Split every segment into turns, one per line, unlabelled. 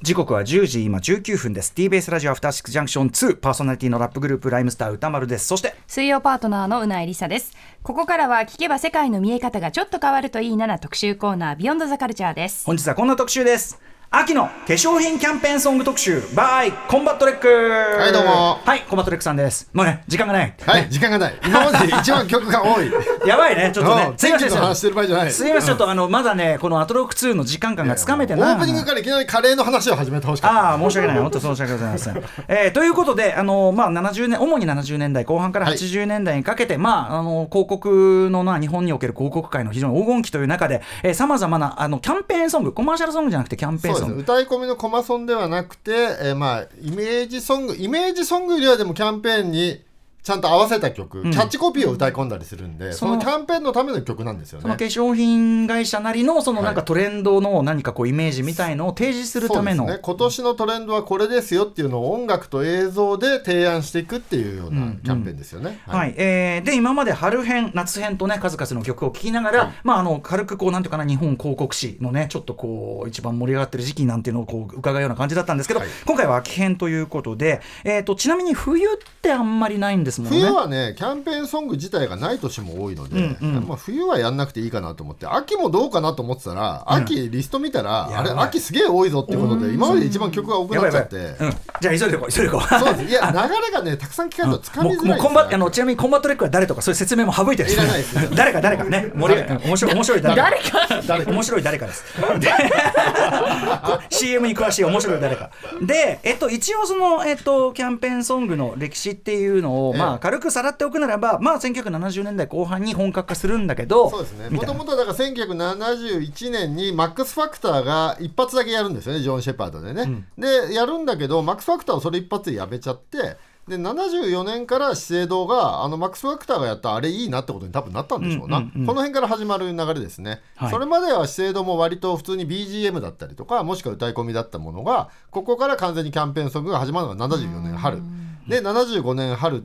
時刻は10時今19分です TBS ラジオアフターシックスジャンクション2パーソナリティのラップグループライムスター歌丸ですそして
水曜パートナーのうなえりさですここからは聞けば世界の見え方がちょっと変わるといいなな特集コーナービヨンドザカルチャーです
本日はこんな特集です秋の化粧品キャンペーンソング特集 by コンバットレックはい
どうも
はいコンバットレックさんですもうね時間がない
はい、時間がない。今までで一番曲が 多い。
やばいねちょっとね
うん天気の話してる場合じゃない。
すみませんちょっとあのまだねこのアトロック2の時間感がつかめて
オ
ない
ープニングからいきなりカレーの話を始めてほしかった。
ああ申し訳ない、本当に申し訳ございません。えーということで、あのまあ、70年主に70年代後半から
はい
80年代にかけて、まあ、あの広告のな日本における広告界の非常に黄金期という中で、さまざまなあのキャンペーンソング、コマーシャルソングじゃなくてキャンペーンソ
そうです
ン
ね
グ。
歌い込みのコマソンではなくて、えーまあ、イメージソング、イメージソングよりはでもキャンペーンにちゃんと合わせた曲、キャッチコピーを歌い込んだりするんで、
そ
そ
の
のキャンペーンのための曲なんですよ
その化
ね。
粧品会社なりのそのなんか
はい
トレンドの何かこうイメージみたいのを提示するための、
そうですね、今年のトレンドはこれですよっていうのを音楽と映像で提案していくっていうようなキャンペーンですよね。
はいえーで今まで春編、夏編とね数々の曲を聴きながら、まあ、あの軽くこうなんていうかな日本広告誌のねちょっとこう一番盛り上がってる時期なんていうのをこう伺うような感じだったんですけど、
はい
今回は秋編ということで、えー、とちなみに冬ってあんまりないんですもんね。
冬はねキャンペーンソング自体がない年も多いので、
うんうん
まあ、冬はやんなくていいかなと思って秋もどうかなと思ってたら、秋リスト見たら、
いや
あれ
やばい
秋すげえ多いぞっていうことで今まで一番曲が多く
や
な
ば
っ
い
ちゃ
や
って
ばい、うん、じゃあ急いでこう急いでこう
そうですいや流れがねたくさん聞かないとつかみづら
も
い
うもう
です
コンバあ
ね
のちなみにコンバットレックは誰とかそういう説明も省いてですね
いらないですいらない
誰か誰かね盛り上が面白い面白い誰か誰か面白い誰かですで こ CM に詳しい面白い誰かで、えっと、一応その、えっと、キャンペーンソングの歴史っていうのを、
ええ
まあ、軽くさらっておくならば、まあ、1970年代後半に本格化するんだけど
そうですね
み
も
たい
と
な
もとだから1971年にマックス・ファクターが一発だけやるんですよねジョン・シェパードでね、でやるんだけどマックス・ファクターをそれ一発でやめちゃってで74年から資生堂があのマックス・ファクターがやったあれいいなってことに多分なったんでしょうな、
うんうんうん
この辺から始まる流れですね、
はい
それまでは資生堂も割と普通に BGM だったりとかもしくは歌い込みだったものがここから完全にキャンペーンソングが始まるのが74年春で75年春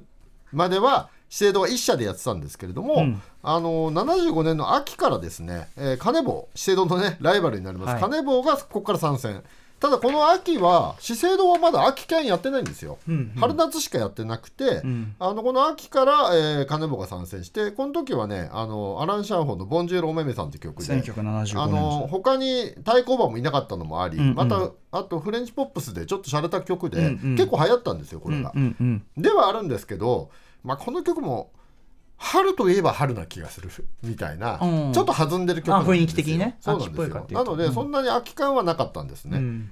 までは資生堂が1社でやってたんですけれども、
うん
あの75年の秋からですね、えー、カネボウ資生堂のねライバルになります、
はい
カネボウがここから参戦ただこの秋は資生堂はまだ秋キャンやってないんですよ、
うんうん
春夏しかやってなくて、
うん
あのこの秋から、えー、カネボウが参戦してこの時はねあのアラン・シャンホンの「ボンジュール・おめめさん」って曲で
1975
あの
年
他に対抗馬もいなかったのもあり、
うんうん
またあとフレンチポップスでちょっと洒落た曲で、
うんうん
結構流行ったんですよこれが、
うんうんうん
ではあるんですけど、まあ、この曲も春といえば春な気がする みたいな、
うん
ちょっと弾んでる曲なんですよ
あ雰囲気的にね
そうなんで
秋っぽい
す
かっ
よ
ていう
な
と
ので、
うん
そんなに空き感はなかったんです
う
ね、
ん
で、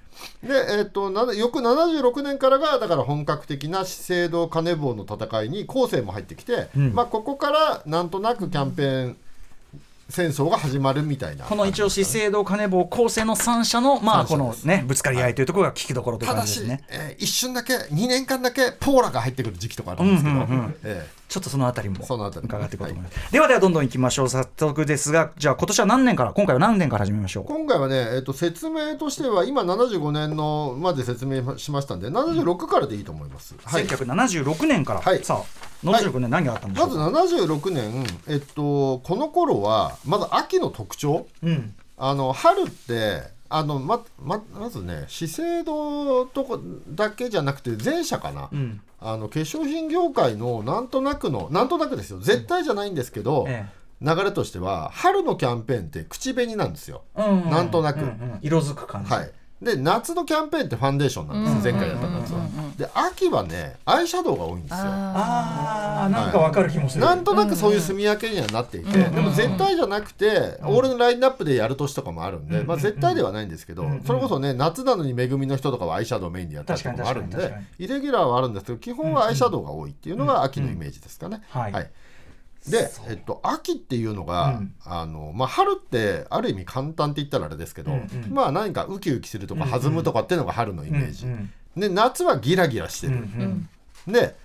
えっとな翌76年からがだから本格的な資生堂金棒の戦いに後世も入ってきて、
うん
まあ、ここからなんとなくキャンペーン戦争が始まるみたいな
この一応資生堂金棒構成の3社のまあ
三
こ
社
の
です
ねぶつかり合いというところが聞きどころという
た
感
だ
じ
し
ですね、
えー一瞬だけ2年間だけポーラが入ってくる時期とかあるんですけど、
うんうんうん
え
ちょっとそのあたりも
そのあたりも
伺っていこうと思います、ではではどんどんいきましょう早速ですがじゃあ今年は何年から今回は何年から始めましょう
今回はね、えっと説明としては今75年のまで説明しましたんで76からでいいと思います、はい、
1976年から、
はい
さあ75年何があったんでしょ
ま
う
ず
か、
76年、えっと、この頃はまず秋の特徴
うん
あの春ってあのまままずね資生堂とこだけじゃなくて全社かな、
うん
あの化粧品業界のなんとなくのなんとなくですよ絶対じゃないんですけど、
え
流れとしては春のキャンペーンって口紅なんですよ。
えうん
なんとなく
うんうん色づく感じ、
はい、で夏のキャンペーンってファンデーションなんです、前回やった夏は。で秋はねアイシャドウが多いんですよ。
ああなんかわかる気もする、
なんとなくそういう住み分けにはなっていて、でも絶対じゃなくて、俺のラインナップでやる年とかもあるんで、まあ、絶対ではないんですけど、それこそね夏なのに恵みの人とかはアイシャドウメインでやったりとかもあるん
確か
で
に確かに
イレギュラーはあるんですけど基本はアイシャドウが多いっていうのが秋のイメージですかね。
うんうんはい
はいで、えっと、秋っていうのが、
うん
あのまあ、春ってある意味簡単って言ったらあれですけど、
うんうん
まあ何かウキウキするとか弾むとかっていうのが春のイメージ、
うんうん
で夏はギラギラして
うん
る、
うん
で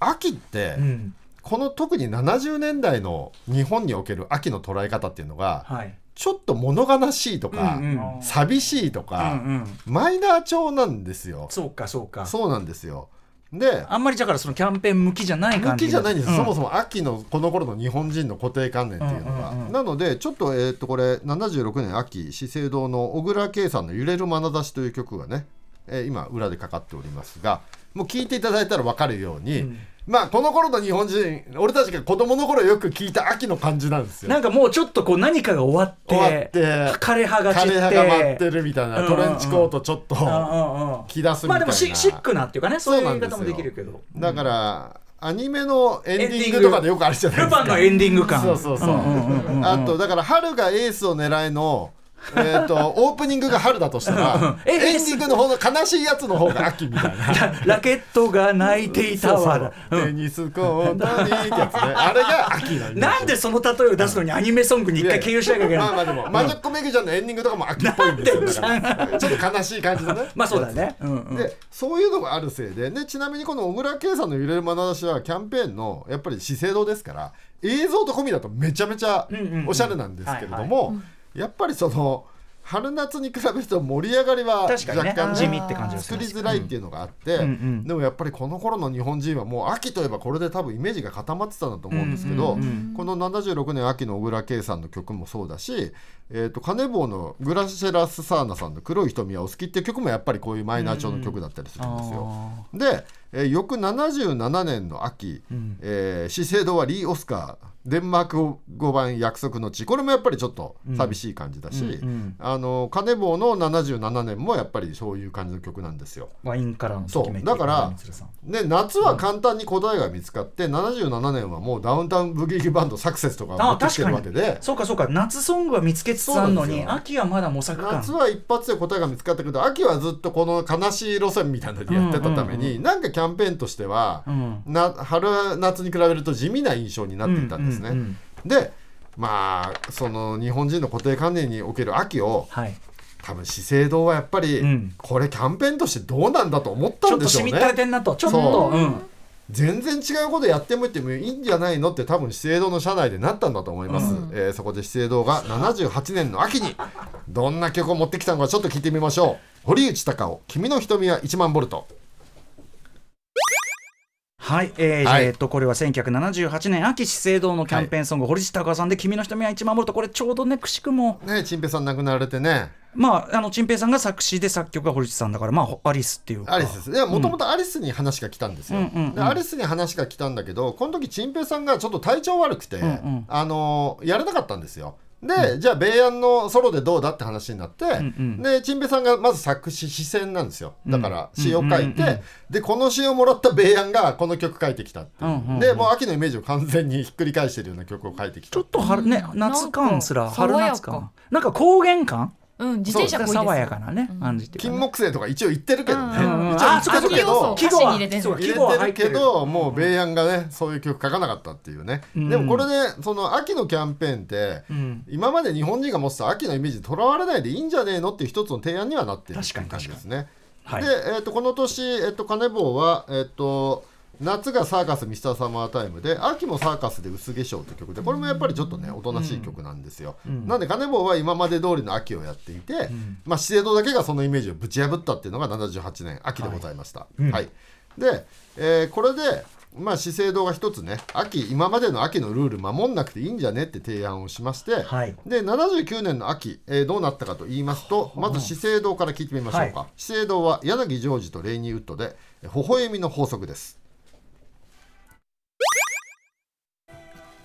秋って、
うん
この特に70年代の日本における秋の捉え方っていうのが
はい
ちょっと物悲しいとか、
うんうん
寂しいと
うんう
か、
ん
マイナー調なんですよ。
そうかそうか
そうなんですよ。で
あんまりだからそのキャンペーン向きじゃない
向
感じ
きじゃないんです、
うん
そもそも秋のこの頃の日本人の固定観念っていうのが、
うんうんうん
なのでちょっと,、えー、とこれ76年秋資生堂の小倉圭さんの「揺れる眼差し」という曲がねえー今裏でかかっておりますがもう聞いていただいたら分かるように、まあこの頃の日本人俺たちが子供の頃よく聞いた秋の感じなんですよ。
なんかもうちょっとこう何かが終わって
終わって
枯れ葉が散っ
枯
て
葉が舞ってるみたい
うん
な
うんう
ト
ん
レンチコートちょっと
うんうんうん
着出すみ
まあ
たい
で
な
もシシックなっていうかねそういう言い方も
そうなんで
で
すよ
きるけど
だからアニメのエンディングとかでよくあるじゃない
ル
です
パ
か
ンのエンディング感
そうそうそう,、
んうんうんうん
あとだから春がエースを狙いのえー、とオープニングが春だとしたら
え
エンディングの方の悲しいやつの方が秋みたいな
ラケットが泣い ていたわ
そうそうテニスコートにってやつねあれが秋なんですよ
なんでその例えを出すのにアニメソングに一回経由しなきゃいけ
まあま
な
あ
い
でもマジックメグちゃんのエンディングとかも秋っぽいんですよ
な
だからちょっと悲しい感じのね
まあそうだねうんうん
でそういうのがあるせいででちなみにこの小倉圭さんの「揺れる眼差し」はキャンペーンのやっぱり資生堂ですから映像と込みだとめちゃめちゃ
んうんうん
おしゃれなんですけれどもやっぱりその春夏に比べると盛り上がりは若
確かにね
干
地味って感じがす
作
る
りづらいっていうのがあって、
んうん
でもやっぱりこの頃の日本人はもう秋といえばこれで多分イメージが固まってたんだと思うんですけど、
うんうんうん
この76年秋の小倉圭さんの曲もそうだし、えー、と金棒のグラシェラス・サーナさんの「黒い瞳はお好き」っていう曲もやっぱりこういうマイナー調の曲だったりするんですよ。で、えー翌77年の秋、えー資生堂はリー・オスカーデンマーク語版約束の地これもやっぱりちょっと寂しい感じだし、あの金棒の77年もやっぱりそういう感じの曲なんですよ。
ワインからのと
そ
きめ
う
き
だから
光さん、
ね、夏は簡単に答えが見つかって、77年はもうダウンタウンブギーギバンドサクセスとか持
あ
ってき
確か
てる
に
わけで
そうかそうか夏ソングは見つけつつあるの
そうなん
に
ですよ
秋はまだ模索感
夏は一発で答えが見つかったけど秋はずっとこの悲しい路線みたいなのでやってたために、なんかキャンペーンとしては、
うん
な春夏に比べると地味な印象になっていたん
う
ですね。
んうんうん
でまあその日本人の固定観念における秋を
はい
多分資生堂はやっぱり、
うん
これキャンペーンとしてどうなんだと思っ
ち
た
ょ
ん
っ
で
と
しょ
し
う
み
ね。
ったれてんなとちょっと
そううん全然違うことやってもいってもいいんじゃないのって多分資生堂の社内でなったんだと思います、えーそこで資生堂が78年の秋にどんな曲を持ってきたのかちょっと聞いてみましょう堀内孝雄「君の瞳は1万ボルト
はい、えー
はい
えーっとこれは1978年秋資生堂のキャンペーンソング、堀内孝雄さんで「君の瞳は一守ると」これちょうどねくしくも」
ねえチンペイさん亡くなられてね
まああの陳平さんが作詞で作曲が堀内さんだからまあほアリスっていうか
アリスですねもともとアリスに話が来たんですよ、
うんうんうん
でアリスに話が来たんだけどこの時チンペイさんがちょっと体調悪くて、
ん
あのーやれなかったんですよで、じゃあ米安のソロでどうだって話になって、
ん
でチンペイさんがまず作詞視線なんですよだから
うん
詩を書いて、
うんうんうん
でこの詩をもらった米安がこの曲書いてきたっていう、
うんうんうん
でもう秋のイメージを完全にひっくり返してるような曲を書いてきた
ちょっと春、ね、
うん
夏感すら
なんか
春夏
爽
感
やか
なんか高原感
うん、自転車こいですよ
爽やかなね感じっていうか
金
ね
木犀とか一応言ってるけどね、
うん
うんうん
一応言
あ
ってるけ
秋要素
ど
を歌詞に入れてんの
そう
入
季語は
れ
入
てるけどもう米安がねそういう曲書かなかったっていうね、
ん
でもこれでその秋のキャンペーンって、
ん
今まで日本人が持ってた秋のイメージにとらわれないでいいんじゃねえのっていう一つの提案にはなってる
確かに
感じですね。
はい
で、えー、とこの年、えー、と金棒は、えー、と夏がサーカスミスターサマータイムで秋もサーカスで薄化粧という曲でこれもやっぱりちょっとねおとなしい曲なんですよ、なんで金棒は今まで通りの秋をやっていて、まあ、資生堂だけがそのイメージをぶち破ったっていうのが78年秋でございました。はい、で、えーこれでまあ、資生堂が一つね秋今までの秋のルール守んなくていいんじゃねって提案をしまして、
はい
で79年の秋、えーどうなったかと言いますとまず資生堂から聞いてみましょうか、
は
資生堂は柳ジョージとレイニーウッドで「えー微笑みの法則」です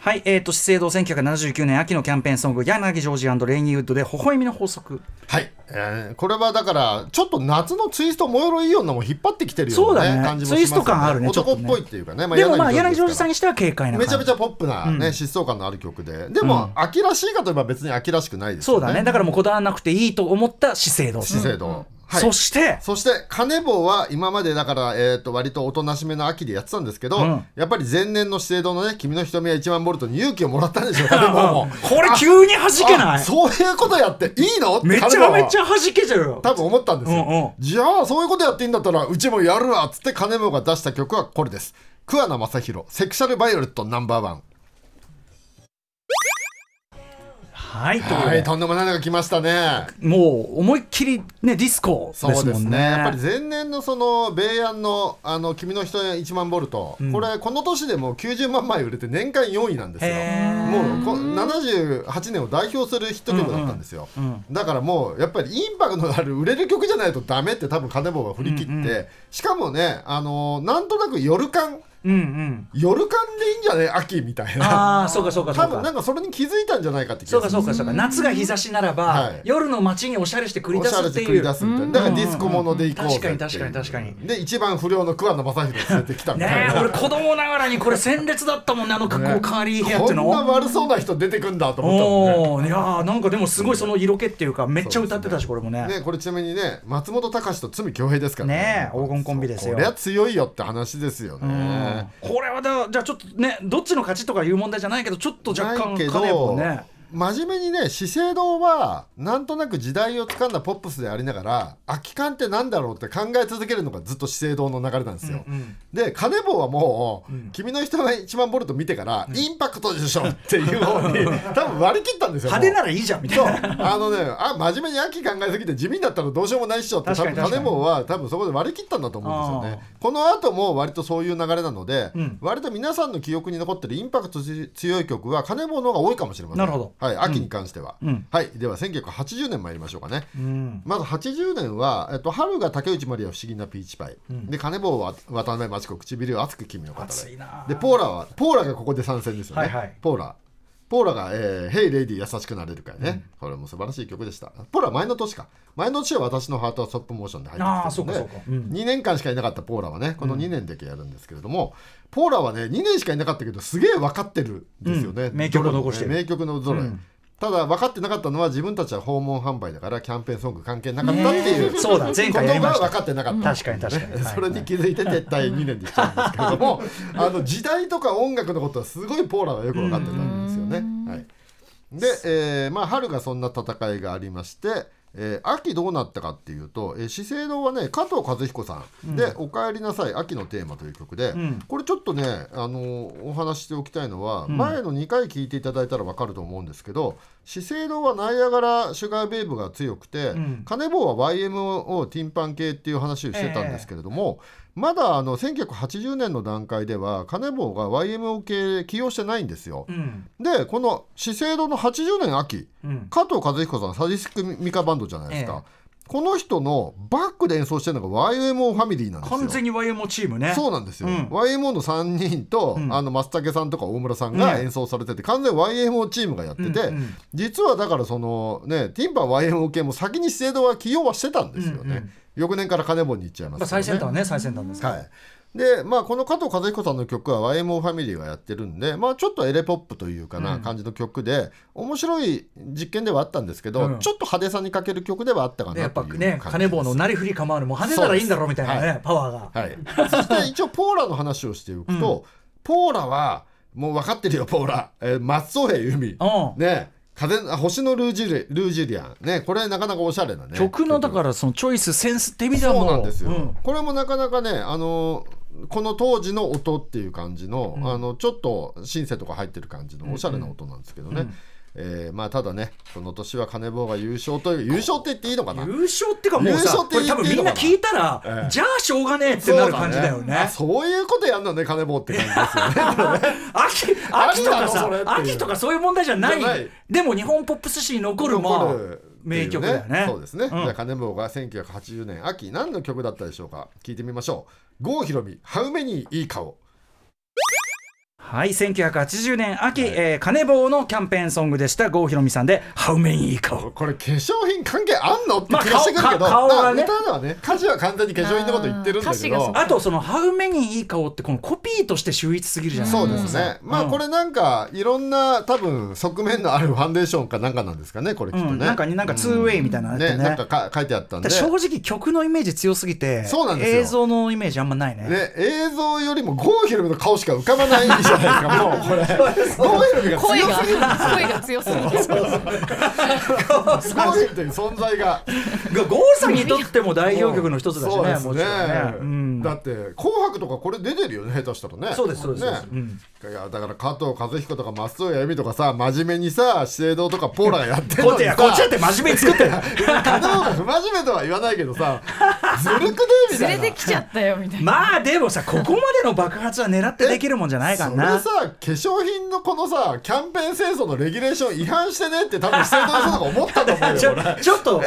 はい、えー、と資生堂1979年秋のキャンペーンソング柳ジョージレイニーウッドで「微笑みの法則
はい、えーこれはだからちょっと夏のツイストもよろいいようなも引っ張ってきてる
そ
よ
う
う
だ
な、
ね
ね感じもしますよ
ツイスト感あるねちょっ
男
と
っ
ね
ぽいっていうかね、」
でもまあ柳ジョージさん
に
にしては軽快な感
め
じ
ちゃめちゃポップな、ね疾走感のある曲ででも、秋らしいかといえば別に秋らしくないです
そ
よ
うだねだからもうこだわらなくていいと思った資生堂
資生堂、はい
そして
そして金棒は今までだから、えー、と割とおとなしめの秋でやってたんですけど、
うん
やっぱり前年の資生堂のね「君の瞳は1万ボルト」に勇気をもらったんでしょう金棒も
これ急に弾け
あ
ない
そういうことやっていいのって
めち
金棒
ゃ
は
めちゃ弾けちゃうよ
多分思ったんですよ、
うんうん
じゃあそういうことやっていいんだったらうちもやるわっつって金棒が出した曲はこれです桑名正宏セクシャルバイオレットナンバーワン
はい、ということ
はい、
で、
とんでもないのが来ましたね。
もう思いっきりねディスコです
そうで
も
すね
んね。
やっぱり前年のその米安の「あの君の人へ1万ボルト」
ん
これこの年でもう90万枚売れて年間4位なんですよ
へー
もうこ78年を代表するヒット曲だったんですよ、
うんうん
だからもうやっぱりインパクトのある売れる曲じゃないとダメって多分金棒が振り切って、
うんう
しかもねあのなんとなく夜感
うんうん。
夜感でいいんじゃね秋みたいな
ああそうかそうかそ
多
う
分なん
か。
かそれに気づいたんじゃないかって気
そ
が
う
す
か
る
そうかそうか。夏が日差しならば、
はい
夜の街におしゃれして繰り
お
出
しゃ
す
れ
って
で
い
繰り
う。
出すみたいなだからディスコモノで行こうぜっていう
うん確かに確かに確か
で一番不良の桑野正宏連れてきたみたい
ねえ
な
俺子供ながらにこれ鮮烈だったもんねあの格好カーリーヘアっ
こ
て
ん
の。
な悪そうな人出てくんだと思ったもんね
おおーいやーなんかでもすごいその色気っていうかめっちゃ歌ってたしこれもね
ね、これちなみにね松本隆と罪恭平ですから
ねえ黄金コンビですよ
これは強いよって話ですよね
これはだじゃあちょっとねどっちの勝ちとかいう問題じゃないけどちょっと若
な
干
いけ
金も
ど、
ね
真面目にね資生堂はなんとなく時代をつかんだポップスでありながら空き缶ってなんだろうって考え続けるのがずっと資生堂の流れなんですよ、
うん
で金棒はもう、
うん
君の人が1万ボルト見てから、インパクトでしょっていう方 に多分割り切ったんですよも
派
う
手ならいいじゃんみたい
そう
な
あのねあ真面目に秋考えすぎて地味になったらどうしようもないっしょって多分
確かに確か
金
に
棒は多分そこで割り切ったんだと思うんですよねこの後も割とそういう流れなので、
うん
割と皆さんの記憶に残ってるインパクト強い曲は金棒の方が多いかもしれません
なるほ
はい、秋に関しては、
うん
はいでは1980年参りましょうかね
うん
まず80年は、えっと、春が竹内まりや不思議なピーチパイ、で金棒は渡辺真知子唇を熱く君の語
熱い
で
な
でポーラはポーラがここで参戦ですよね、
はいはい
ポーラポーラが、えーヘイレディ優しくなれるからね、これも素晴らしい曲でしたポーラは前の年か前の年は私のハートはストップモーションで入
あー
ってき
そう
て
か
の
そう
で
かうん
2年間しかいなかったポーラはねこの2年だけやるんですけれども、ポーラはね2年しかいなかったけどすげえ分かってるんですよね、
うん名曲を残してる
名曲のぞろい、ただ分かってなかったのは自分たちは訪問販売だからキャンペーンソング関係なかったっていう、
ねそうだ前回やりました
ことが分かってなかった、
確かに確 かにはい
それに気づいて撤退2年でしちゃうんですけれどもあの時代とか音楽のことはすごいポーラがよく分かってたんですよね。はい、で、えーまあ、春がそんな戦いがありまして、えー秋どうなったかっていうと、えー資生堂はね加藤和彦さんで「おかえりなさい秋のテーマ」という曲で、
ん
これちょっとね、あのーお話ししておきたいのは、前の2回聴いていただいたら分かると思うんですけど資生堂はナイアガラシュガーベイブが強くて、
ん
カネボウは YMO ティンパン系っていう話をしてたんですけれども、まだあの1980年の段階ではカネボウが YMO 系起用してないんですよ。
うん
でこの資生堂の80年秋
うん
加藤和彦さんサディスクミカバンドじゃないですか、この人のバックで演奏してるのが YMO ファミリーなんですよ
完全に YMO チームね
そうなんですよ、
うん
YMO の3人と、
ん
あの松竹さんとか大村さんが
ね
演奏されてて完全に YMO チームがやってて、
うんうん
実はだからそのねティンパ YMO 系も先に資生堂は起用はしてたんですよね、
うんうん
翌年から金本に行っちゃいます
まあ
け
最
ど
先端はね最先端ですから
はいでまあ、この加藤和彦さんの曲は YMO ファミリーがやってるんで、まあ、ちょっとエレポップというかな感じの曲で、面白い実験ではあったんですけど、
うん
ちょっと派手さに欠ける曲ではあったか
で
な
やっ
って
ぱ
いう感じ
ね
です
金棒のなりふり構わぬもう派手ならいいんだろうみたいな
そうです
ねパワーが
はい、そして一応ポーラの話をしておくと、ポーラはもう分かってるよポーラ、えー松尾平由美
うん
ね風あ星のルージュレルージュリアンねこれなかなかおしゃれなね
曲のだからそのチョイスセンスって意味では
そ
も
う
う
なんですよ、
うん
これもなかなかねあのーこの当時の音っていう感じの,、あのちょっとシンセとか入ってる感じのおしゃれな音なんですけどね、えーまあただねその年は金棒が優勝という優勝って言っていいのかな
優勝っていうかもう
優
さ
勝っ
こ
て言
れ
っていい
多
のかな
分みんな聞いたら、
ええ
じゃあしょうがねえってなる感じだよね
あそういうことやんのね金棒って感じですよ ね
秋秋とか
ありなのそれって
さ
いう
秋とかそういう問題じゃない
じゃない
でも日本ポップス史に残るまあ
残るっていう
名曲だよね
そうですね、じ
ん
ゃあ金棒が1980年秋何の曲だったでしょうか聞いてみましょう郷ひろみ「ハウメにいい顔
はい1980年秋、えー金棒のキャンペーンソングでした郷ひろみさんで「ハウメンいい」顔
これ化粧品関係あんのって気
まあ
がしてくるけど、
顔顔顔はね
だから歌うのはね歌詞は完全に化粧品のこと言ってるんだ
あー歌
け
詞が
ど
そ」
あとその「ハウメンいい顔」ってこのコピーとして秀逸すぎるじゃない
そうですね、まあこれなんかいろんな多分側面のあるファンデーションかなんかなんですかねこれきっ
う
とね、
ん、なんかなんかツーウェイみたいなのあってね,、
ねなんかか書いてあったんで
正直曲のイメージ強すぎて
そうなんですよ
映像のイメージあんまないね
ね、映像よりも郷ひろみの顔しか浮かばない じゃないですかもうこれ郷ひろみが強すぎる
声が強すぎて
すごいという存在が
ゴールさんにとっても代表曲の一つだしね
そうです
も
ね
ちろんね、うん
だって「紅白」とかこれ出てるよね下手したらね
そうですそうです
ね
そうですうん
いやだから加藤和彦とか松任谷由実とかさ真面目にさ資生堂とかポーラがやってる
こ
の
っ
に
ちや
さ
こっちだって真面目に作ってる
加藤が不真面目とは言わないけどさずるくねみたい
連
な
れてきちゃったよみたいな。
まあでもさここまでの爆発は狙ってできるもんじゃないからな
それさ化粧品のこのさキャンペーン戦争のレギュレーション違反してねって多分資生堂の人とか思ったと思 う
ち
よ
ょちょっと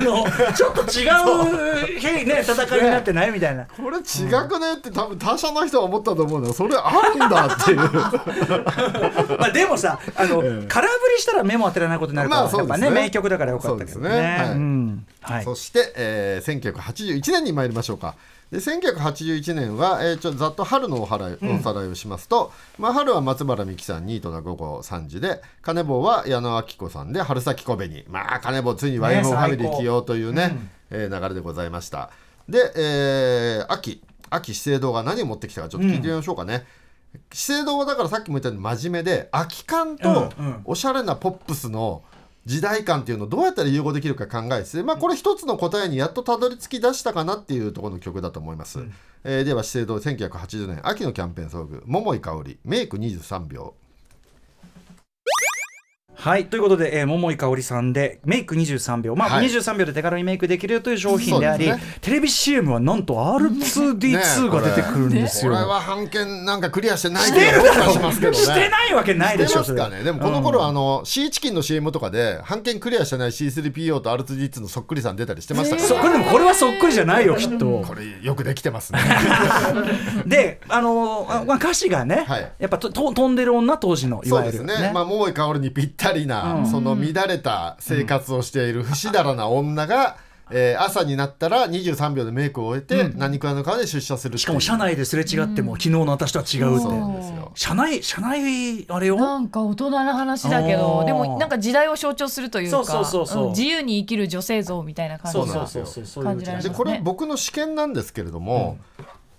あのちょっと違うへいね戦いになってないみたいな
これ違くねって多分他社の人は思ったと思うのよそれあるんだっていう
まあでもさあの、
ええ
空振りしたら目も当てられないことになるから、
まあそ
や
うで
っ
すね
ぱね名曲だからよかったけどね
そうですねはい
うんはい
そして、えー1981年に参りましょうか。で1981年は、えーちょざっと春のおはらいおさらいをしますと、まあ、春は松原美樹さんに「井戸田午後3時で」金棒は矢野明子さんで「春先小紅」まあ金棒ついに YMO
ね
ファミ
最
リー
高
起用というねえー流れでございましたで、えー秋秋資生堂が何を持ってきたかちょっと聞いてみましょうかね、資生堂はだからさっきも言ったように真面目で空き缶と
うんうん
おしゃれなポップスの時代感っていうのをどうやったら融合できるか考えて、まあ、これ一つの答えにやっとたどり着き出したかなっていうところの曲だと思います、えーでは資生堂1980年秋のキャンペーンソング「桃井かおりメイク23秒
はいということで、えー、桃井かおりさんでメイク23秒まあ、
はい
23秒で手軽にメイクできるという商品であり
そうです
テレビ CM はなんと」
ね
R2D2 が出てくるんです
こ
よ、
れは版権なんかクリアしてない
し
け
て
ど
るだ
僕
ろ
はしますけどね
してないわけないでしょ
してますかねでもこの頃、あのシーチキンの CM とかで版権クリアしてない C3PO と R2D2 のそっくりさん出たりしてましたから、
そこでもこれはそっくりじゃないよきっと
これよくできてますね
であのーあまあ、歌詞がね、
はい
やっぱとと飛んでる女当時のい
そう
わ
で
ゆ
す
る
ねまあ桃井かおりにぴったりな、その乱れた生活をしている不死だらな女が、えー朝になったら23秒でメイクを終えて、何食わぬ顔で出社するっていう
しかも車内ですれ違っても、昨日の私とは違うって
そうなんですよ
社内社内あれよ
なんか大人な話だけ
あ
ど
ー
でもなんか時代を象徴するというか
そうそうそうそう
うん自由に生きる女性像みたいな感じ
そ
が
うそう
そ
そうう
そ
そうう
う感じられます
で
ね
これ僕の試験なんですけれども、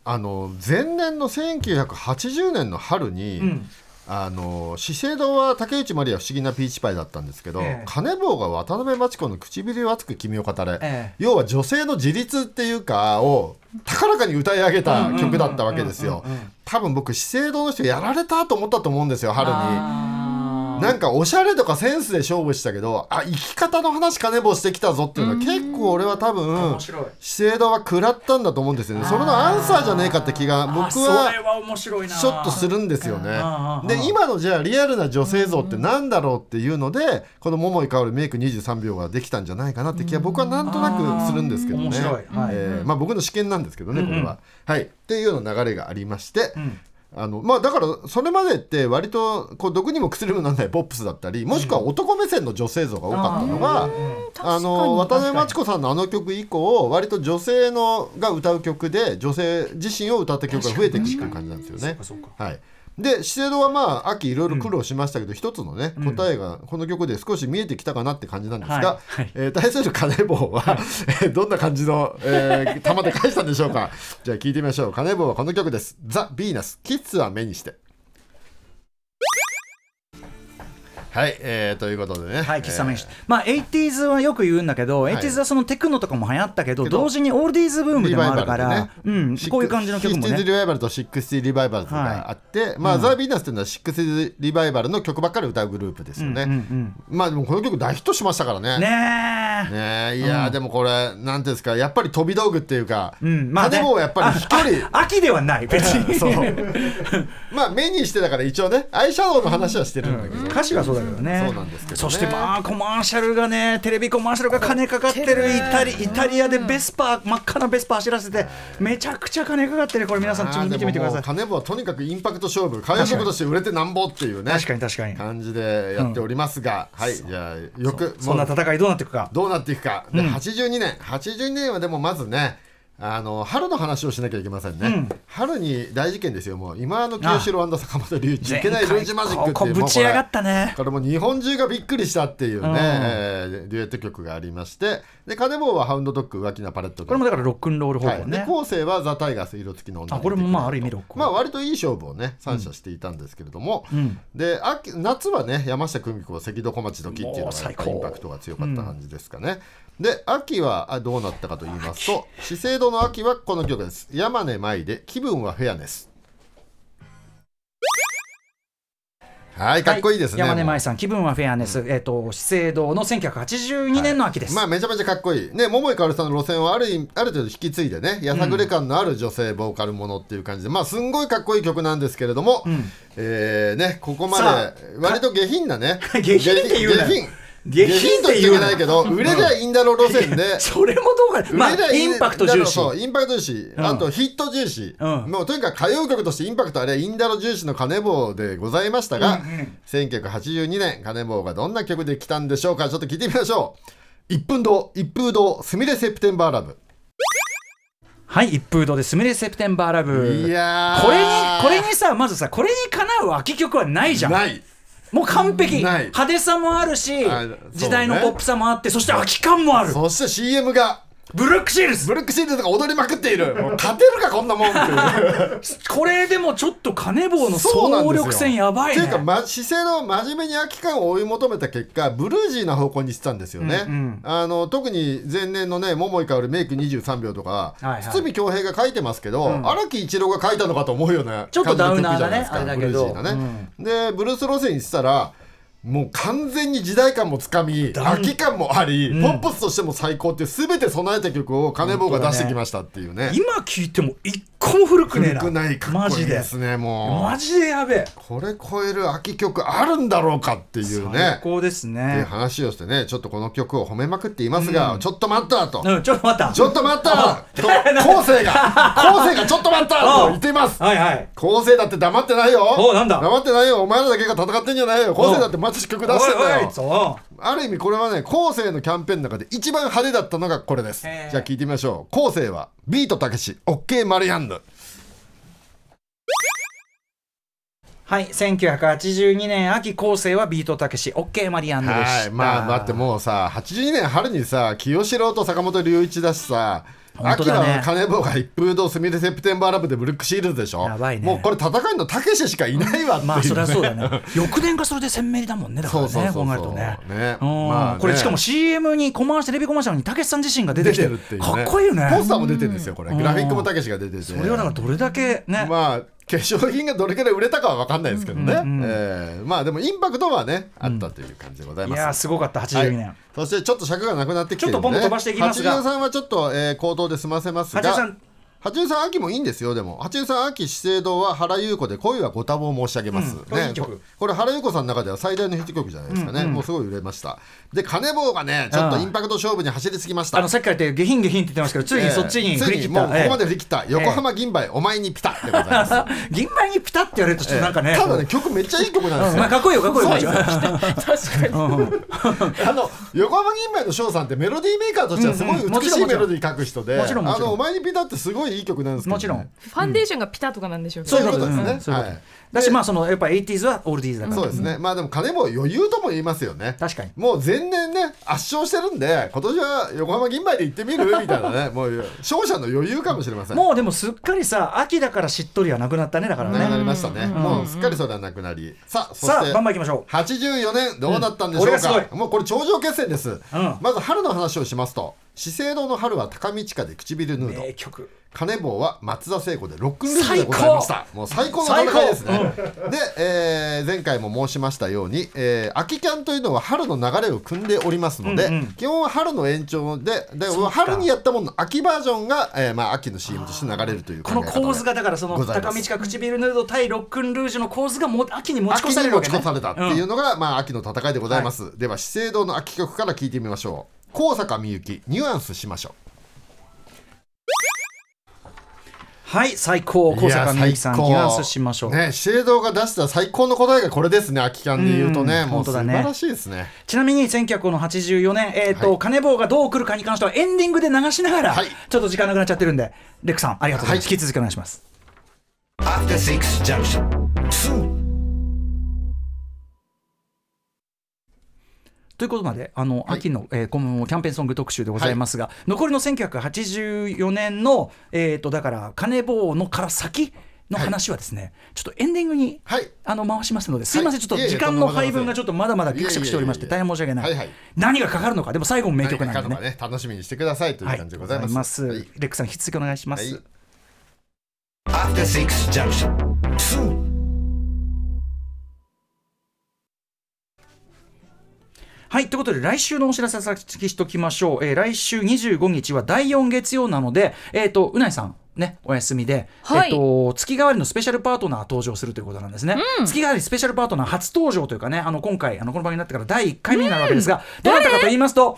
あの前年の1980年の春に、
ん
あの資生堂は竹内まりや不思議なピーチパイだったんですけど、
ええ
金棒が渡辺真知子の唇を熱く君を語
え
れ、
え
要は女性の自立っていうかを高らかに歌い上げた曲だったわけですよ多分僕資生堂の人やられたと思ったと思うんですよ春に。なんかおしゃれとかセンスで勝負したけどあ生き方の話金棒してきたぞっていうのは結構俺は多分
白い
資生堂は食らったんだと思うんですよねそれのアンサーじゃねえかって気が
あ
僕
そ
は
れは面白いな
ちょっとするんですよね
あ。ー
で今のじゃあリアルな女性像ってなんだろうっていうのでこの桃井かおるメイク23秒ができたんじゃないかなって気は僕はなんとなくするんですけどね
面。白いはい
えーまあ僕の試験なんですけどねこれは。はいっていうような流れがありまして。あのまあ、だからそれまでって割とこう毒にも薬にもなんないポップスだったりもしくは男目線の女性像が多かったのが、あの渡辺真知子さんのあの曲以降割と女性のが歌う曲で女性自身を歌った曲が増えていくっていう感じなんですよね。はい、で資生堂はまあ秋いろいろ苦労しましたけど、一つのね答えがこの曲で少し見えてきたかなって感じなんですが、
はいはい
えー対する金棒は、えーどんな感じの、えー、球で返したんでしょうかじゃあ聞いてみましょう金棒はこの曲です「ザ・ヴィーナスキッズは目にして」はい、えー、ということでね
はい、喫茶飯
えー
まあ 80s はよく言うんだけど、
い
80s はそのテクノとかも流行ったけど
けど
同時にオールディーズブームでもあるか
リバイ
ら、
バル
う
でね
ん、こういう感じの曲も
シックスティーズ
ね
リバイバルとシックスティーリバイバルとかあって、まあ、ザ・ヴィーナスっていうのはシックスティーリバイバルの曲ばっかり歌うグループですよね、
うんうん
まあでもこの曲大ヒットしましたからね
ねえ
ねえいやー、でもこれなんていうんですかやっぱり飛び道具っていうか、
うんまあね
金棒はやっぱり飛距離
あ秋ではない別に
そうまあ目にしてだから一応ねアイシャドウの話はしてるんだけど、
歌詞がそうだけどね
そうなんですけどね
そしてまあコマーシャルがねテレビコマーシャルが金かかってるイタリイタリアでベスパー真っ赤なベスパー走らせてめちゃくちゃ金かかってるこれ皆さんちょっと見てみてください
あーでももう金棒はとにかくインパクト勝負会食として売れてなんぼっていうね
確かに確かに
感じでやっておりますが、はいじゃあよく
そんな
もう
戦いどうなっていくか
どうなっていくかで82年82年はでもまずねあの春の話をしなきゃいけませんね、春に大事件ですよもう今の清志郎坂本龍一いけない龍一マジックっ
こ
てい
こ
う
ぶ
もう
ち上がったね
これも日本中がびっくりしたっていうね、
うん
えーデュエット曲がありましてで金坊はハウンドドッグ浮気なパレット
これもだからロックンロール方
はい
向、
で
ね、
後世はザ・タイガース色付きの女
あこれもまあある意味ロックン
ま
ロ
あ
ール、
割といい勝負をね三者していたんですけれども、
うん
で秋夏はね山下久美子関戸小町時っていう
もう
のがやっ
最
ぱ
高
インパクトが強かった感じですかね、で秋はあどうなったかと言いますと資生堂の秋はこの曲です山根舞で気分はフェアネスはいかっこいいですね、
山根
もう
舞さん気分はフェアネス、えっ、と資生堂の1982年の秋です、
まあめちゃめちゃかっこいいね桃井かおるさんの路線をある意味ある程度引き継いでねやさぐれ感のある女性ボーカルものっていう感じで、まあすんごいかっこいい曲なんですけれども、えーねここま
さ
で割と下品なね
下品って言うなよ
下品
下
下
品
品と言っちゃいけないけど売れりゃいいんだろう路線で
それもどうかま
売れりゃ
あ
いい
インパクト重視
だからそうインパクト重視、
ん
あとヒット重視、
うん
もうとにかく歌謡曲としてインパクトあれはインダロ重視の金棒でございましたが、1982年金棒がどんな曲で来たんでしょうかちょっと聞いてみましょう一分堂一風堂すみれセプテンバーラブ
はい一風堂で「スミレセプテンバーラブ」
いやー
これにこれにさまずさこれにかなう秋曲はないじゃん
ない
もう完璧
ない
派手さもあるし
あそうね
時代のポップさもあってそして秋感もある
そして CM が
ブルックシールズ
ブルックシールズが踊りまくっているもう勝てるかこんなもんっていう
これでもちょっと金棒の総力戦やばい
っ
ね
ていうか、ま、姿勢の真面目に空き缶を追い求めた結果ブルージーな方向にしてたんですよね、
うんうん
あの特に前年のね桃井かおるメイク23秒とか
いはい
堤恭、平が書いてますけど荒、木一郎が書いたのかと思うような
ちょっとダウナーだね
感じの曲じゃない
あれ
ですか
だけど
ブルージーなね、でブルース路線にしたらもう完全に時代感もつかみ空き感もあり、ポップスとしても最高っていう全て備えた曲を金棒が出してきましたっていうね
今聞いても一個も古くねえな
古くないかっ
マ
こいい
ジで
ですねもう
マジでやべえ
これ超える秋曲あるんだろうかっていうね
最。高です
っていう
ね
話をしてね、ちょっとこの曲を褒めまくっていますが、ちょっと待ったと、
うんちょっと待った
ちょっと待ったと、後世が、後世がちょっと待ったと言っています。
はいはい
後世だって黙ってないよ。
おなんだ
黙ってないよ。お前らだけが戦ってんじゃないよ。後世だって毎年曲出してんだ
おいお
よ
い。そ
ある意味これはね、後世のキャンペーンの中で一番派手だったのがこれです。
へー
じゃあ聞いてみましょう。後世は、ビートたけし、オッケーマリアンヌ。
うはい1982年秋構成はビートたけし OK マリアンヌでし
は
た
い、まあだってもうさ82年春にさ清志郎と坂本龍一だしさ
本
秋
当だね
は金坊が一風堂すみれセプテンバーラブでブルックシールズでしょ
やばいね
もうこれ戦いのたけししかいないわっていう、ね
まあそりゃそうだね 翌年がそれで鮮明だもんねだか
そ
ら
うそうそ
ね
う
こ
そう
うなるとね
ね
うん
まあね
これしかも CM にコマーシャルテレビコマーシャルにたけしさん自身が出て
出
きて
てるっていう、ね、
かっこいいよね
ポスターも出てるんですよこれ
うん
グラフィックもたけしが出てて
それはだからどれだけね、
まあ化粧品がどれくらい売れたかは分かんないですけどね、えーまあでもインパクトはねあったという感じでござい
い
ます、
やーすごかった
はい
82年、
そしてちょっと尺がなくなってきてるんで
ちょっとポンと飛ばしていきますが
83はちょっと、えー、口頭で済ませますが
83
83秋もいいんですよでも83秋資生堂は原優子で恋はご多忙申し上げます、
うんこれいい曲
ここれ原優子さんの中では最大のヒット曲じゃないですかね、もうすごい売れましたで金棒がねちょっとインパクト勝負に走りすぎました
あのさっきから言って下品下品って言ってますけどついにそっちに振り切った、
えーついにもうここまで
え
振り切った、横浜銀杯お前にピタッでございます、
え銀杯にピタって言われるとちょ っとなんかね、
ただね
こ
曲めっちゃいい曲なんで
う
す
まあ、
よ
かっこいいよかっこいいよ
そうですよ
確かに
あの横浜銀杯の翔さんってメロディーメーカーとしてはすごい
うんうんも
美
ち
し
ろん
い
もちろ
メ
ん
ロディー書く人で「
もちろんも
あ
ちろん
のお前にピタ」ってすごいいい曲なんですけ どね
もちろん
ファンデーションがピタとかなんでしょうけ
そ
ど
ういうことです
そういうこと
ね
です
そう
ね
いうこと
はい
だしまあそのやっぱ 80s はオールディーズだから
そうですね、まあでも金も余裕とも言いますよね
確かに
もう前年ね圧勝してるんで今年は横浜銀杯で行ってみるみたい なねもう勝者の余裕かもしれません
もうでもすっかりさ秋だからしっとりはなくなったねだから
なくな
ね
りましたね、もうすっかりそれはなくなりさあそし
さあ
て
バンバンいきましょう
84年どうだったんでし
うんこ
ょう
れが
か
す、
もうこれ頂上決戦です、まず春の話をしますと資生堂の春は高見知佳で唇ヌード、
名曲
金棒は松田聖子でロックンルージュでございましたもう最高の戦いですね、 で、えー前回も申しましたように、えー秋キャンというのは春の流れを組んでおりますので、
うんうん
基本は春の延長でで春にやったものの秋バージョンが、えーまあ、秋の CM として流れるという考
この
え方で
構図がだからその
ございま
高
す
見近唇ヌード対ロックンルージュの構図がもう秋に持ち
秋
越され
に
る
持
わ
ち
け
越されたっていううのが、まあ、秋の戦いでございます、では資生堂の秋曲から聞いてみましょう高坂みゆきニュアンスしましょう
はい最高高坂みゆきさん
いや
リアースしましょう、
ね資生堂が出した最高の答えがこれですね空き缶で言うとね、
うん
も
本
う
当
素
だ
晴
ね
らしいですね
ちなみに1984年、えーと
はい
金棒がどう来るかに関してはエンディングで流しながら、
はい
ちょっと時間なくなっちゃってるんでレクさんありがとうございます、
はい
引き続きお願いします
After Six Junction. Soon.
ということまであの、
はい
秋の、えー、このキャンペーンソング特集でございますが、残りの1984年の、えー、とだから金棒のから先の話はですね、ちょっとエンディングに、
はい
あの回しますのですいません、
はい
ちょっ
い
と
えいえ
時間の配分がちょっとまだまだぎくしゃくしておりまして
いえいえいえ
大変申し訳ない、
はいはい
何がかかるのかでも最後も名曲なんで
何
ね
かね楽しみにしてくださいという感じでございます、
はいございますレックさん引き続きお願いしま
はい
す、
After Six Junction. Soon.
はい、ということで来週のお知らせさせておきましょう、えー来週25日は第4月曜なので、えー、とうないさんね、お休みで、
はい
えっと月替わりのスペシャルパートナー登場するということなんですね、月替わりスペシャルパートナー初登場というかねあの今回あのこの番組になってから第1回目になるわけですが、どなたかと言いますと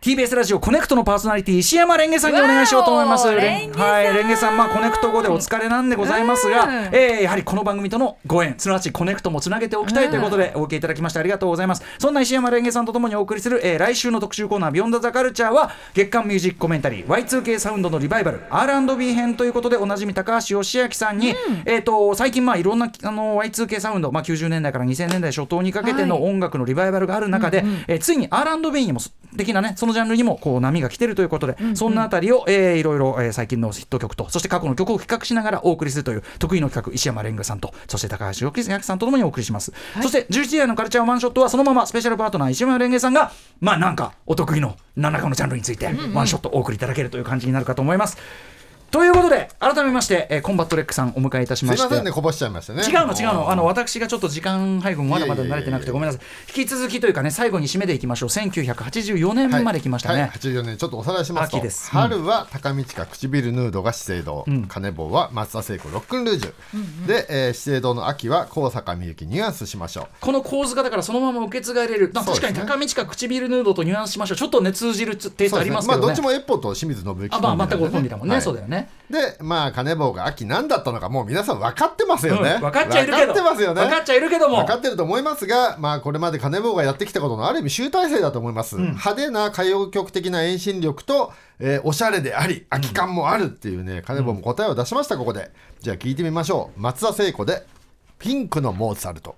TBS ラジオコネクトのパーソナリティ石山レンゲさんにお願いしようと思います
わーお
レンゲさんはいレンゲさんまあコネクト後でお疲れなんでございます
うん
が、えーやはりこの番組とのご縁すなわちコネクトもつなげておきたいということでお受けいただきましてありがとうございますそんな石山レンゲさんとともにお送りする、えー来週の特集コーナー「ビヨンドザカルチャーは月刊ミュージックコメンタリー Y2K サウンドのリバイバル R&B 編ということでおなじみ高橋義明さんに、えー、と最近まあいろんなあの Y2K サウンド、まあ、90年代から2000年代初頭にかけての
はい
音楽のリバイバルがある中で、えーついに R&B にもそ的なねそのジャンルにもこう波が来てるということで、そんなあたりを、えーいろいろ、えー最近のヒット曲とそして過去の曲を比較しながらお送りするという得意の企画石山レンガさんとそして高橋幸明さんとともにお送りします、そして11時台のカルチャーワンショットはそのままスペシャルパートナー石山レンゲさんがまあなんかお得意の何らかのジャンルについてワンショットお送りいただけるという感じになるかと思います。ということで改めまして、えーコンバットレックさんお迎えいたしますし
い
て
ませんねこぼしちゃいましたね
違うの違うのあの私がちょっと時間配分まだまだ慣れてなくて
いやいやいやいや
ごめんなさい引き続きというかね最後に締めていきましょう1984年まで来ましたね、
はいはい、84年ちょっとおさらいしますと
秋ですうん
春は高見近唇ヌードが資生堂、金棒は松田聖子ロックンルージュ、で、えー資生堂の秋は高坂みゆきニュアンスしましょう
この構図がだからそのまま受け継がれる、まあ
そう
確
です
か
ね
に高見近唇ヌードとニュアンスしましょうちょっとね通じるつテイストありますけ
そう
ど
ですねまあど
ね
っちもエッポと清水信之
あまあ全くコンビだもんね、
はい
そうだよね
でまあ金棒が秋何だったのかもう皆さん分かってますよね、
うん分かっちゃいるけど
分かってますよね
分かっちゃいるけども
分かってると思いますが、まあ、これまで金棒がやってきたことのある意味集大成だと思います、派手な歌謡曲的な遠心力と、えーおしゃれであり空き缶もあるっていうね金棒も答えを出しましたここでじゃあ聞いてみましょう松田聖子で「ピンクのモーツァルト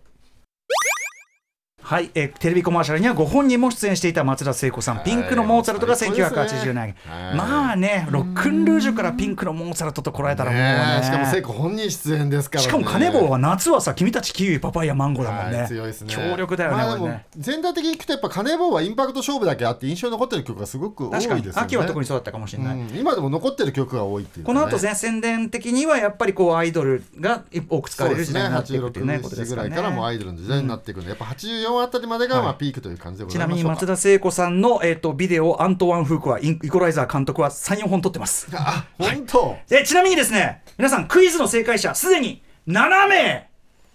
はい、えーテレビコマーシャルにはご本人も出演していた松田聖子さん、
い
ピンクのモーツァルトが
最高ですね
1980年、
はい
まあねロックンルージュからピンクのモーツァルトとこらえ」たらもうね
ねえしかも聖子本人出演ですから、ね、
しかも金棒は夏はさ君たちキウイパパイヤマンゴーだもんね,、
はい強いですね
強力だよね,、
まあ、
こ
で
れ
も
ね
全体的にいくとやっぱ金棒はインパクト勝負だけあって印象に残ってる曲がすごく多いです
確か
よね
に秋は特に
に、
そうだったかもしれない、
うん今でも残ってる曲が多いっていう
こ
ね
の後ね宣伝的にはやっぱりこうアイドルが多く使わ
そう
れる
です
時
ね
代になっていくっていうね
86
ことで
時
す
ぐ
からら
いからもうア
ね。
イドルの時代になっていくので、やっぱ84あたりまでがまあピークという感じでご
ち
ざ
ない
ま
み
し
に
ょうか
松田聖子さんの、えっとビデオアントワン・フークはインイコライザー監督は34本撮ってます。
あ本当、
えちなみにですね皆さんクイズの正解者すでに7名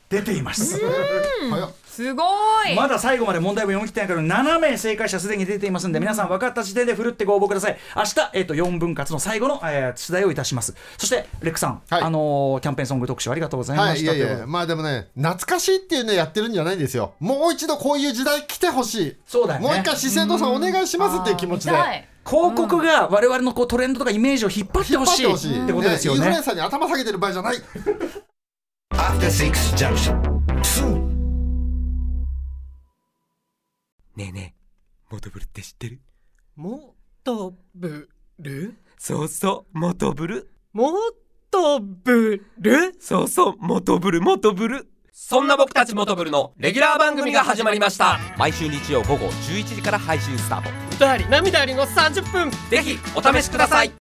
出ています
早っ
すごい
まだ最後まで問題文読み切ってないけど7名正解者すでに出ていますんで皆さん分かった時点でふるってご応募ください明日、えっと4分割の最後の、えー、出題をいたしますそしてレックさん、
はい
あのーキャンペーンソング特集ありがとうございま
は
し
い、い
た、
やい
ということ
や
で
まあでもね懐かしいっていうねやってるんじゃないんですよもう一度こういう時代来てほしい
そうだよね
もう一回資生堂さんお願いしますっていう気持ちで
痛い
広告が我々のこうトレンドとかイメージを引っ張って
引っ
ほ
張っ
しい
てほしい
ってことですよ
インフルエ
ね
ンサーに頭下げてる場合じゃない
After Six Junction. Soon.
ねえねえ、モトブルって知ってる
もとぶる
そうそう、モトブル。
もとぶる
そうそう、モトブル、モトブル。そんな僕たちモトブルのレギュラー番組が始まりました。毎週日曜午後11時から配信スタート。
歌あり涙ありの30分
ぜひ、お試しください。